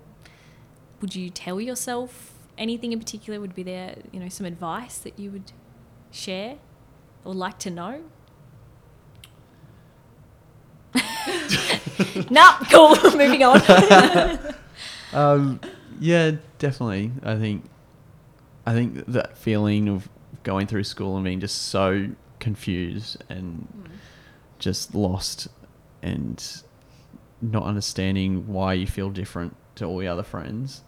A: would you tell yourself anything in particular? Would be there, you know, some advice that you would share or like to know? no, cool. Moving on.
C: um, yeah, definitely. I think, I think that feeling of going through school and being just so confused and just lost and not understanding why you feel different to all your other friends.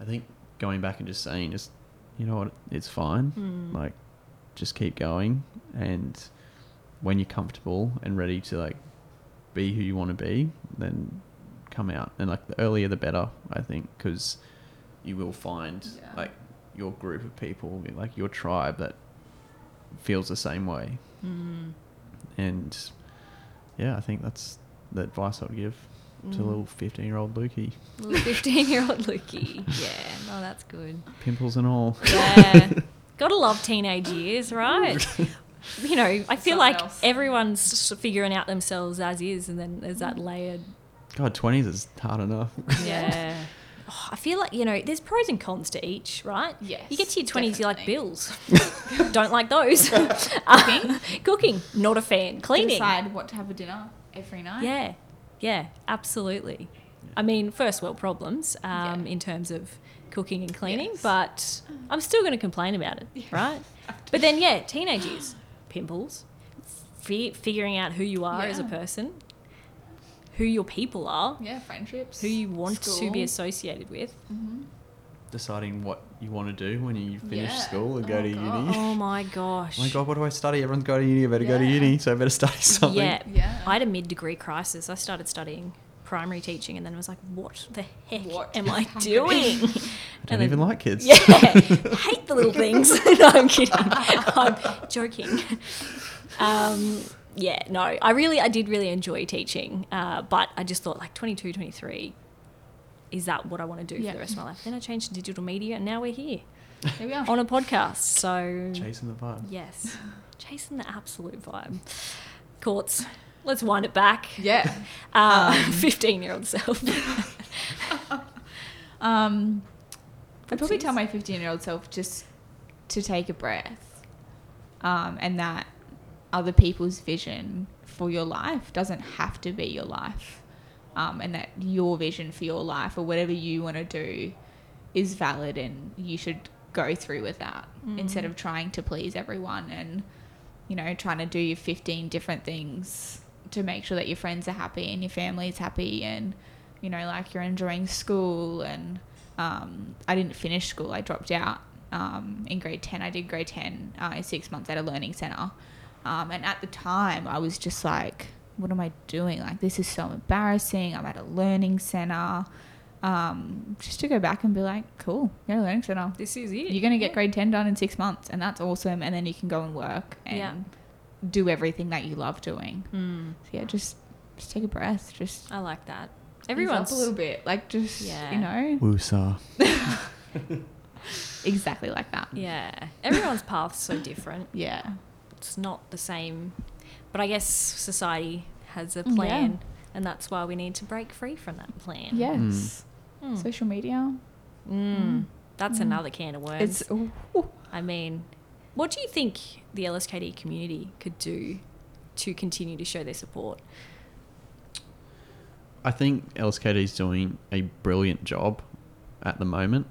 C: I think going back and just saying, just you know what, it's fine.
A: Mm.
C: Like, just keep going, and when you're comfortable and ready to like be who you want to be, then come out. And like the earlier the better, I think, because you will find
B: Yeah.
C: like your group of people, like your tribe that feels the same way.
A: Hmm.
C: And yeah, I think that's the advice I would give
A: Mm.
C: to little 15 year old Lukey.
A: Little 15 year old Lukey. Yeah, no, that's good.
C: Pimples and all.
A: Yeah. Gotta love teenage years, right? You know, I feel
B: Something
A: like
B: else.
A: everyone's s- figuring out themselves as is, and then there's
B: Mm.
A: that layered.
C: God, 20s is hard enough.
A: Yeah. Oh, I feel like, you know, there's pros and cons to each, right?
B: Yes,
A: You get to your 20s, you like
B: definitely.
A: bills. Don't like those. cooking? cooking, not a fan. Cleaning.
B: Decide what to have for dinner every night.
A: Yeah, yeah, absolutely. I mean, first world problems um,
B: Yeah.
A: in terms of cooking and cleaning,
B: Yes.
A: but I'm still going to complain about it,
B: Yeah.
A: right? Um, But then, yeah, teenage years, pimples, fi- figuring out who you are as a
B: Yeah.
A: person, who your people are,
B: Yeah, friendships.
A: who you want to be
B: school. Mm-hmm.
A: associated with.
C: Deciding what you want to do when you finish
B: Yeah.
C: school and go
B: Oh,
C: to
B: God.
C: uni.
A: Oh my gosh.
C: Oh my God, what do I study? Everyone's going to uni. I better go to
B: Yeah.
C: uni, so I better study something.
A: Yeah.
B: Yeah.
A: I had a mid degree crisis. I started studying primary teaching and then was like, what the heck
B: What
A: am
B: is
A: I
B: happening?
A: doing?
C: I don't even like kids.
A: Yeah, hate the little things. no, I'm kidding. I'm joking. Um, yeah, no, I really, I did really enjoy teaching, uh, but I just thought like 22, 23, is that what I want to do for
B: Yeah.
A: the rest of my life? Then I changed to digital media, and now we're here
B: There we are.
A: on a podcast. So
C: Chasing the vibe.
A: yes, chasing the absolute vibe. Courts, let's wind it back.
B: yeah.
A: Uh, 15 year old self.
B: Um, I'd probably
A: Oopsies.
B: tell my 15 year old self just to take a breath um, and that other people's vision for your life doesn't have to be your life. Um, and that your vision for your life or whatever you want to do is valid and you should go through with that instead of trying to please everyone and, you know, trying to do your 15 different things to make sure that your friends are happy and your family's happy and, you know, like you're enjoying school and um, I didn't finish school. I dropped out um, in grade 10. I did grade 10 uh, in six months at a learning centre. Um, and at the time, I was just like, what am I doing? Like, this is so embarrassing. I'm at a learning centre. Um, just to go back and be like, cool, you're at a learning centre.
A: This is it.
B: You're going to get grade 10 done in six months, and that's awesome. And then you can go and work and
A: Yeah.
B: do everything that you love doing.
A: Mm,
B: So, yeah, just, just take a breath. Just
A: I like that. Everyone's
B: everyone's a little bit. Like, just,
A: Yeah.
B: you know,
C: Woosah.
B: exactly like that.
A: Yeah, everyone's path's so different.
B: Yeah.
A: It's not the same, but I guess society has
B: Mm,
A: a plan, and that's why we need to break free from that plan.
B: Yes.
A: Mm.
B: Social media.
A: Mm. That's
B: Mm.
A: another can of worms.
B: It's ooh, ooh.
A: I mean, what do you think the LSKD community could do to continue to show their support?
C: I think LSKD is doing a brilliant job at the moment.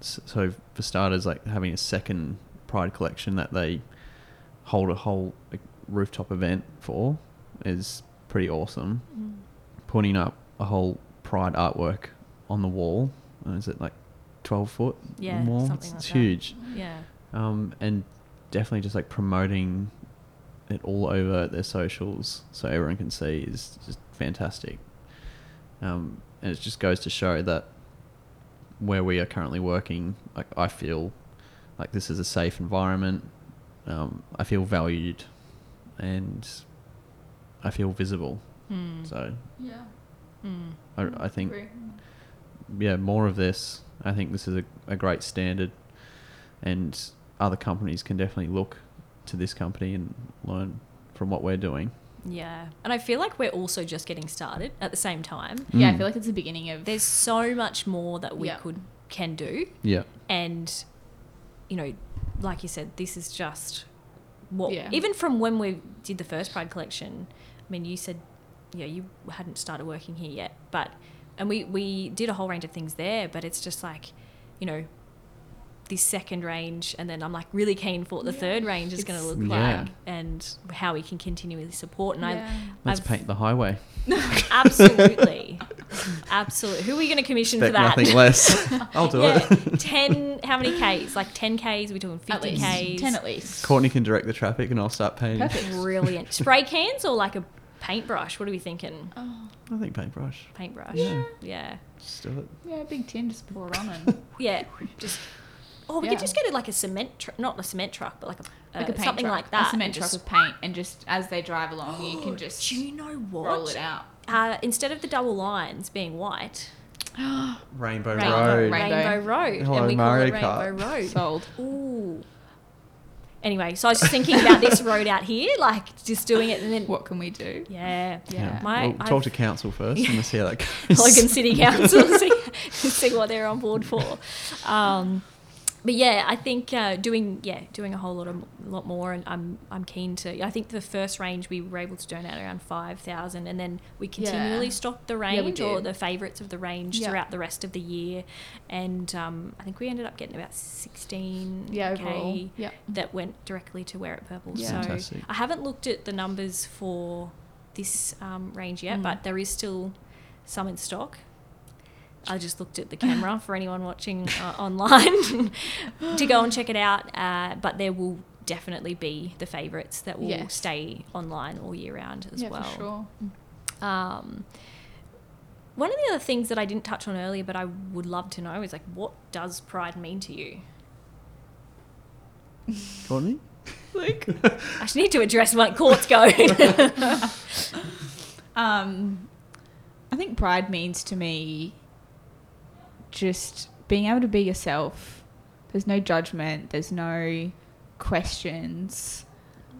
C: S- So for starters, like having a second Pride collection that they hold a whole like, rooftop event for is pretty awesome.
B: Mm.
C: Putting up a whole Pride artwork on the wall, uh, is it like twelve foot? or
A: Yeah,
C: more?
A: something
C: it's,
A: like
C: it's
A: that.
C: huge.
A: Yeah.
C: um, and definitely just like promoting it all over their socials so everyone can see is just fantastic. Um, and it just goes to show that where we are currently working, like I feel like this is a safe environment. Um, I feel valued, and I feel visible.
A: Mm.
C: So
B: Yeah.
A: Mm.
C: I, I think yeah, more of this. I think this is a, a great standard, and other companies can definitely look to this company and learn from what we're doing.
A: Yeah. And I feel like we're also just getting started at the same time.
B: Yeah, I
C: Mm.
B: feel like it's the beginning of
A: Hmm. There's so much more that we
B: Yeah.
A: could can do
C: Yeah.
A: and you know, like you said, this is just what
B: Yeah.
A: even from when we did the first Pride collection, I mean you said you know, you hadn't started working here yet, but and we, we did a whole range of things there, but it's just like, you know, this second range and then I'm like really keen for what the
B: Yeah.
A: third range is
B: It's-
A: gonna look
C: Yeah.
A: like and how we can continually support and I
B: Yeah.
C: Let's
A: I've-
C: paint the highway.
A: Absolutely. Absolutely. Who are we going to commission
C: Expect
A: for that?
C: nothing less. I'll do
A: Yeah,
C: it.
A: 10, how many Ks? Like 10 Ks? We're doing 50
B: at least
A: Ks.
B: ten at least.
C: Courtney can direct the traffic, and I'll start painting.
B: Perfect.
A: Brilliant. Spray cans or like a paintbrush? What are we thinking?
B: Oh,
C: I think paintbrush.
A: Paintbrush.
C: Yeah.
A: Yeah.
C: Just do it.
B: yeah, big tin just pour it on and
A: Yeah. Just. Oh, we
B: Yeah.
A: could just get it like a cement, tr- not a cement truck, but like a, uh,
B: like a paint
A: something
B: truck,
A: like that.
B: a cement
A: and
B: truck
A: just-
B: with paint, and just as they drive along, you can just
A: Do you know what?
B: roll it out.
A: Uh, instead of the double lines being white,
C: Rainbow,
B: Rainbow
C: Road.
B: Rain-
A: Rainbow,
B: Rainbow.
A: Road,
C: Hello,
A: and we
C: Mario
A: call it
C: Kart.
A: Rainbow Road.
B: Sold.
A: Ooh. Anyway, so I was just thinking about this road out here, like just doing it and then.
B: What can we do?
A: Yeah.
B: Yeah.
A: My-
C: we'll talk
A: I've-
C: to council first and let's see how that goes.
A: Logan City Council, see, see what they're on board for. Um, but yeah, I think uh, doing yeah doing a whole lot of lot more, and I'm I'm keen to. I think the first range we were able to donate around five thousand, and then we continually
B: Yeah.
A: stocked the
B: Yeah, we
A: range or
B: did.
A: the favourites of the range
B: Yeah.
A: throughout the rest of the year, and um, I think we ended up getting about sixteen
B: Yeah, overall.
A: k
B: Yeah.
A: that went directly to Wear It Purple.
B: Yeah.
A: So
C: Fantastic.
A: I haven't looked at the numbers for this um, range yet,
B: Mm.
A: but there is still some in stock. I just looked at the camera for anyone watching uh, online to go and check it out. Uh, but there will definitely be the favourites that will
B: Yes.
A: stay online all year round as
B: yeah,
A: well.
B: for sure.
A: Um, one of the other things that I didn't touch on earlier, but I would love to know is like, what does pride mean to you?
C: Courtney?
B: Luke.
A: I should need to address what courts go.
B: Um, I think pride means to me just being able to be yourself. There's no judgment. There's no questions.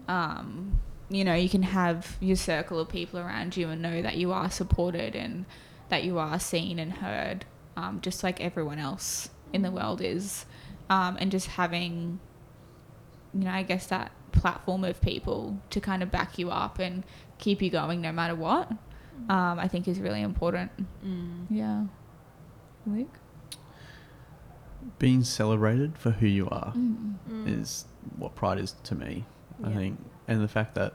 B: Um, you know, you can have your circle of people around you and know that you are supported and that you are seen and heard, um, just like everyone else in the world is. Um, and just having, you know, I guess that platform of people to kind of back you up and keep you going no matter what, um, I think is really important.
A: Mm.
B: Yeah. Luke?
C: Being celebrated for who you are
A: Mm.
C: is what pride is to me, I
A: Yeah.
C: think. And the fact that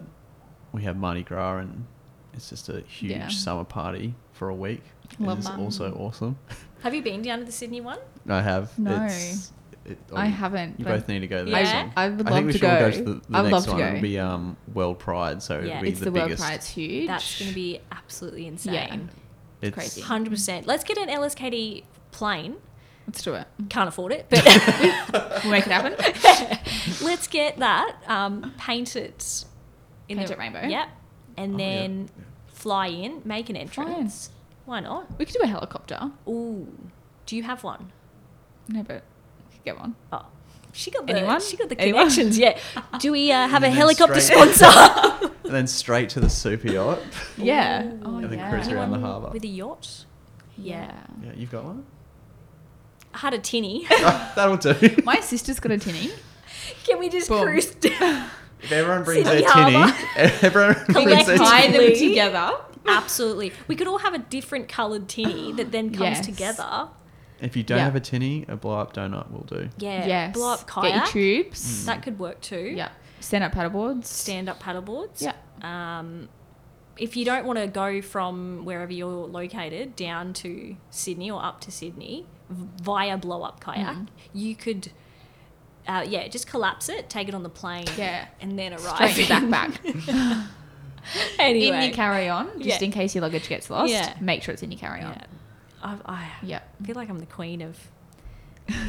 C: we have Mardi Gras and it's just a huge
B: Yeah.
C: summer party for a week
B: Love
C: is
B: that.
C: also awesome.
A: Have you been down to the Sydney one?
C: I have.
B: No.
C: It's, it, oh,
B: I haven't.
C: You
B: but
C: both need to go there.
A: I-
C: soon.
B: I would
C: I think
B: love
C: we
B: to
C: should all
B: go.
C: go to the, the
B: I would
C: next
B: love to
C: one.
B: go.
C: It'll be um, World Pride, so
A: Yeah.
C: it'll be
B: it's
C: the,
B: the, World
C: biggest.
B: Pride's huge.
A: That's going to be absolutely insane.
C: It's
B: crazy.
A: Hundred percent. Let's get an LSKD plane.
B: Let's do it.
A: Can't afford it, but
B: We'll make it happen.
A: let's get that um, painted in
B: Paint
A: the
B: it rainbow.
A: Yep, and
C: Oh, yeah.
A: then fly in, make an
B: Fly in.
A: entrance. Why not?
B: We could do a helicopter.
A: Ooh, do you have one?
B: No, but we could get one.
A: Oh, she got the
B: Anyone?
A: she got the
B: Anyone?
A: connections. Yeah. Do we uh, have a
C: And then
A: helicopter
C: straight-
A: sponsor?
C: And then straight to the super yacht.
B: Yeah.
A: Ooh.
B: Oh,
C: And then
B: yeah.
C: cruise around the
A: Anyone
C: harbour.
A: with a yacht. Yeah.
C: yeah, you've got one?
A: I had a tinny.
C: Ah, that'll do.
B: My sister's got a tinny.
A: Can we just
B: Boom.
A: cruise down?
C: If everyone brings
A: Sydney
C: their tinny,
A: Harbour.
C: everyone brings
A: Collect
C: their
A: my-
B: Tie
C: tinny.
B: them
A: Tinny.
B: together.
A: Absolutely. We could all have a different coloured tinny that then comes
B: Yes.
A: together.
C: If you don't
B: Yeah.
C: have a tinny, a blow up donut will do.
A: Yeah.
B: Yes.
A: Blow up
B: Get your
A: kayak.
B: tubes.
A: that could work
C: Mm.
A: too.
B: Yeah. Stand up paddleboards.
A: Stand up paddleboards.
B: Yeah.
A: Um, if you don't want to go from wherever you're located down to Sydney or up to Sydney v- via blow up kayak,
B: Mm.
A: you could, uh, yeah, just collapse it, take it on the plane,
B: Yeah.
A: and then arrive
B: Straight
A: in-
B: back back.
A: anyway.
B: In your carry on, just
A: Yeah.
B: in case your luggage gets lost.
A: Yeah.
B: Make sure it's in your carry on.
A: Yeah. I, I
B: Yeah.
A: feel like I'm the queen of
C: It,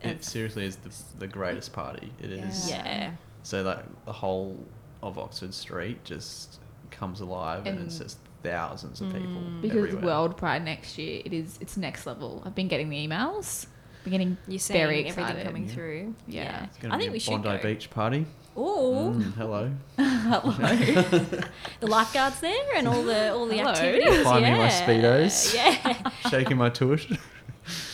C: it seriously is the, the greatest party. It is.
B: Yeah.
A: yeah.
C: So like the whole of Oxford Street just comes alive, and, it's
B: And-
C: just thousands of people
A: Mm.
B: Because
C: everywhere.
B: World Pride next year, it is it's next level. I've been getting the emails. Been getting
A: You're seeing
B: very
A: everything
B: excited.
A: coming
C: Yeah.
A: through.
B: Yeah.
C: It's gonna be a Bondi
A: go.
C: Beach party.
A: Ooh,
C: Mm, hello.
B: Hello.
A: the lifeguards there and all the all the
B: Hello.
A: activities.
C: Finding
A: yeah.
C: my Speedos.
A: Yeah,
C: Shaking my tush.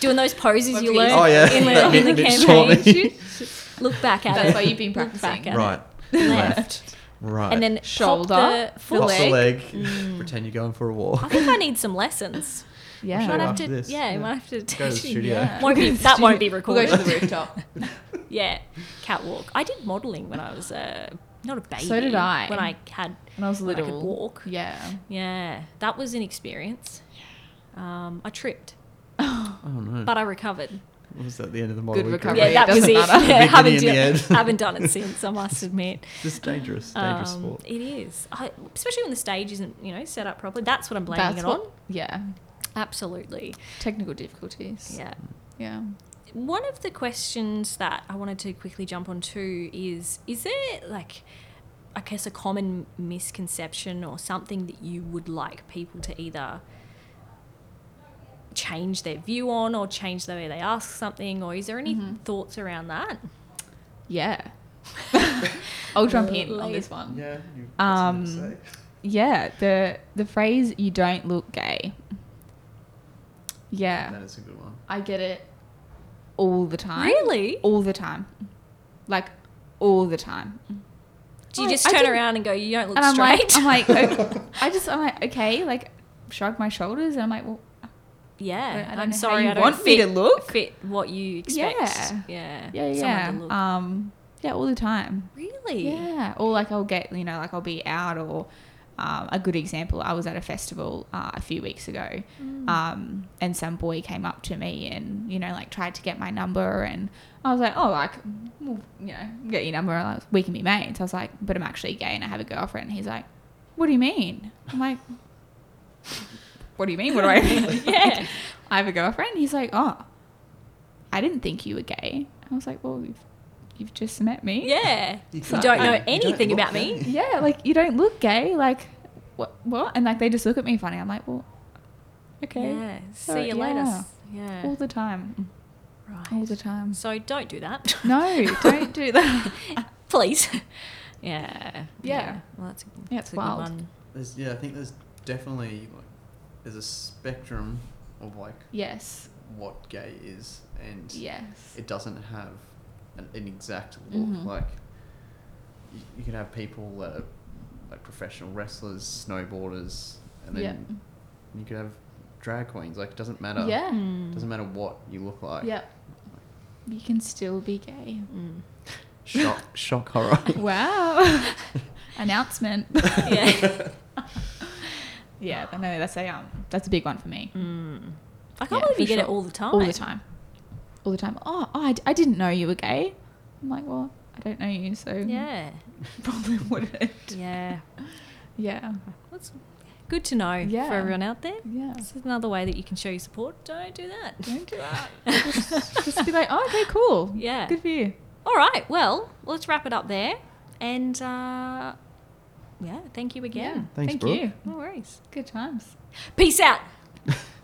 A: doing those poses
B: My
A: you
B: piece.
A: learned
B: Oh, yeah.
A: in
B: That
A: the, in the
C: bit- bit saw
A: campaign.
C: me.
A: Look back at
B: That's
A: it.
B: why you've been
A: Look back
B: practicing.
A: at it.
C: right. Left. Right.
A: And then shoulder,
B: Shoulder,
A: the foot
C: Pop
B: the
A: leg. Mm.
C: Pretend you're going for a walk.
A: I think I need some lessons.
B: Yeah.
A: Might
C: Sure,
A: have
C: after
A: to,
C: this,
A: yeah,
C: yeah.
A: might have to
C: Go to the
A: teach me.
C: studio.
B: Yeah.
A: Won't be- that won't be
B: We'll go to
A: recorded.
B: the rooftop.
A: Yeah, catwalk. I did modelling when I was uh, not a baby.
B: So did I.
A: When I had
B: When I was
A: when I
B: little.
A: could walk.
B: Yeah.
A: Yeah, that was an experience. Um, I tripped,
C: Oh no.
A: but I recovered.
C: was that the end of the model?
B: Good
C: we got?
A: Yeah,
B: recovery.
A: that was
B: doesn't
A: it.
B: matter.
A: Yeah,
C: Big
A: haven't,
C: guinea in the
A: done,
C: end.
A: haven't done it since, I must admit.
C: This is dangerous. Dangerous
A: Um,
C: sport.
A: It is, I, especially when the stage isn't, you know, set up properly. That's what I'm blaming
B: That's
A: it
B: what,
A: on.
B: Yeah.
A: Absolutely.
B: Technical difficulties.
A: Yeah.
B: Yeah.
A: One of the questions that I wanted to quickly jump on to is is there like I guess a common misconception or something that you would like people to either change their view on or change the way they ask something or is there any
B: Mm-hmm.
A: thoughts around that?
B: Yeah. I'll jump in on
A: Like-
B: this one. Yeah.
C: You,
B: Um, the the phrase "you don't look gay." Yeah,
C: That is a good one.
B: I get it all the time.
A: Really?
B: All the time, like all the time.
A: Do you
B: I-
A: just
B: I
A: turn
B: didn't-
A: around and go, you don't look
B: and I'm
A: straight?
B: like, I'm like, okay, I just, I'm like, okay, like shrug my shoulders, and I'm like, well, "Oh, I
A: yeah,
B: don't know
A: I'm
B: how
A: sorry,
B: you
A: I don't
B: want me
A: fit,
B: to look.
A: fit what you expect.
B: Yeah.
A: yeah,
B: yeah,
A: someone
B: yeah,
A: to look.
B: um, yeah, all the time.
A: really?
B: Yeah, or like I'll get you know like I'll be out or um, a good example. I was at a festival uh, a few weeks ago, um, and some boy came up to me and you know like tried to get my number, and I was like, oh like well, you know get your number, and I was, we can be mates. I was like, but I'm actually gay and I have a girlfriend. He's like, what do you mean? I'm like, what do you mean? What do I mean?
A: yeah.
B: I have a girlfriend. He's like, oh, I didn't think you were gay. I was like, well, you've, you've just met me.
A: Yeah. You
C: can't-
A: don't know
C: you don't
A: anything
C: look
A: about
C: gay.
A: me.
B: yeah, like you don't look gay. Like, what? What? And like they just look at me funny. I'm like, well, okay,
A: Yeah. See
B: Alright,
A: you later.
B: yeah.
A: Yeah.
B: all the time, all
A: right.
B: the time.
A: So don't do that.
B: No, don't do that.
A: Please. Yeah.
B: Yeah.
A: Well, that's a, that's
B: Yeah, it's
A: a
B: wild.
A: good one.
C: There's, yeah, I think there's definitely like there's a spectrum of like
B: yes,
C: what gay is, and
B: yes,
C: it doesn't have an, an exact look.
B: Mhm.
C: Like you, you can have people that are like professional wrestlers, snowboarders, and then
B: Yeah.
C: you could have drag queens. Like it doesn't matter.
B: yeah,
A: Hmm.
C: Doesn't matter what you look uh, like.
B: yeah. You can still be gay.
A: Mm.
C: Shock, shock horror.
B: Wow, announcement.
A: Yeah.
B: yeah, I know that's a um, that's a big one for me.
A: Mm. I
B: Yeah,
A: can't believe
B: for
A: you get it
B: sure.
A: all the time.
B: All the time, all the time. Oh, I, I didn't know you were gay. I'm like, well, I don't know you, so
A: Yeah.
B: probably wouldn't.
A: Yeah.
B: Yeah.
A: That's good to know
B: Yeah.
A: for everyone out there.
B: Yeah.
A: This is another way that you can show your support. Don't do that.
B: Don't do that. just, just be like, oh, okay, cool.
A: Yeah.
B: Good for you.
A: All right. Well, let's wrap it up there. And uh, yeah, thank you again.
C: Thanks,
B: Thank
C: Brooke.
B: you.
A: No worries.
B: Good times.
A: Peace out.